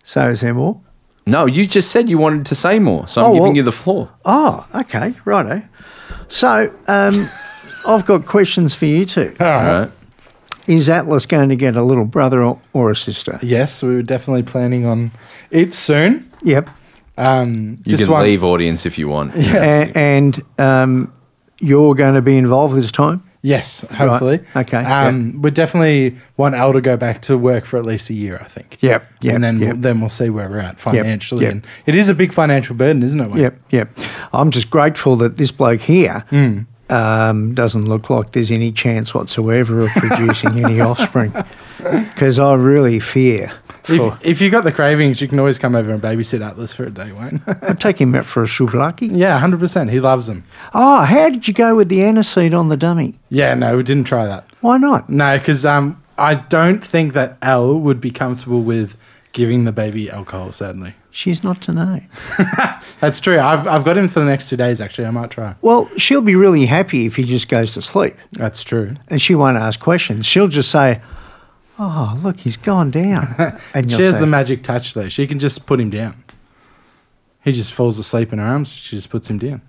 So is there more?
No, you just said you wanted to say more, so I'm
Oh,
giving
well.
you the floor.
Oh, okay, righto. So um, I've got questions for you two.
All right.
All right.
Is Atlas going to get a little brother or, or a sister?
Yes, we were definitely planning on it soon.
Yep.
Um,
You
just
can
one-
leave audience if you want.
A- and um, you're going to be involved this time?
Yes, hopefully.
Okay,
Um, We definitely want Al to go back to work for at least a year, I think.
Yep, yep,
and then
yep.
we'll, then we'll see where we're at financially.
yep.
And it is a big financial burden, isn't it? Wayne?
Yep, yep. I'm just grateful that this bloke here
Hmm.
um, doesn't look like there's any chance whatsoever of producing any offspring, because I really fear. For,
If, if you got the cravings, you can always come over and babysit Atlas for a day, Wayne.
I'd take him out for a souvlaki.
yeah, hundred percent. He loves them.
Oh, how did you go with the aniseed on the dummy?
Yeah, no, we didn't try that.
Why not?
No, because um, I don't think that Al would be comfortable with giving the baby alcohol. Certainly,
She's not to know.
that's true. I've I've got him for the next two days. Actually, I might try.
Well, she'll be really happy if he just goes to sleep
That's true.
and she won't ask questions. She'll just say, Oh, look, he's gone down. And you'll
She has
say,
the magic touch though. She can just put him down. He just falls asleep in her arms. She just puts him down.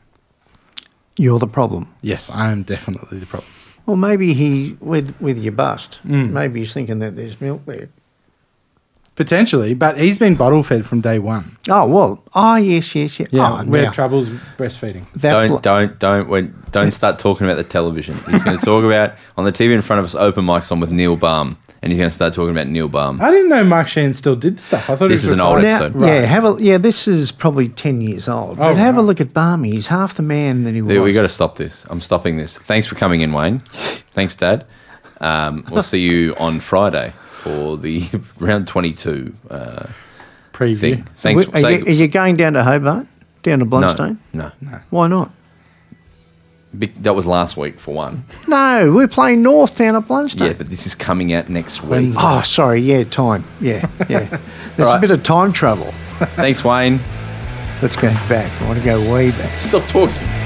You're the problem.
Yes, I am definitely the problem.
Well, maybe he, with, with your bust, maybe he's thinking that there's milk there.
Potentially, but he's been bottle fed from day one.
Oh, well, oh, yes, yes, yes.
Yeah,
oh,
we
now,
have troubles breastfeeding.
that blo-
don't don't don't wait, don't start talking about the television. He's going to talk about on the TV in front of us. Open mics on with Neil Baum, and he's going to start talking about Neil Baum.
I didn't know Mark Sheen still did stuff. I thought
This
he
is
was
an old
retired.
now,
episode.
Right.
yeah, have a yeah. This is probably ten years old. But
Oh,
have a
right.
look at Barmy. He's half the man that he was.
Dude, we got to stop this. I'm stopping this. Thanks for coming in, Wayne. Thanks, Dad. Um, we'll see you on Friday for the round 22 uh,
preview.
thing. Thanks.
Are, you, are you going down to Hobart? Down to
no,
Blundstone?
no, no.
Why not?
That was last week for one.
No, we're playing North down at Blundstone.
Yeah, but this is coming out next week.
Wednesday.
Oh, sorry. Yeah, time. Yeah, yeah. There's
Right.
a bit of time travel.
Thanks, Wayne.
Let's go back. I want to go way back.
Stop talking.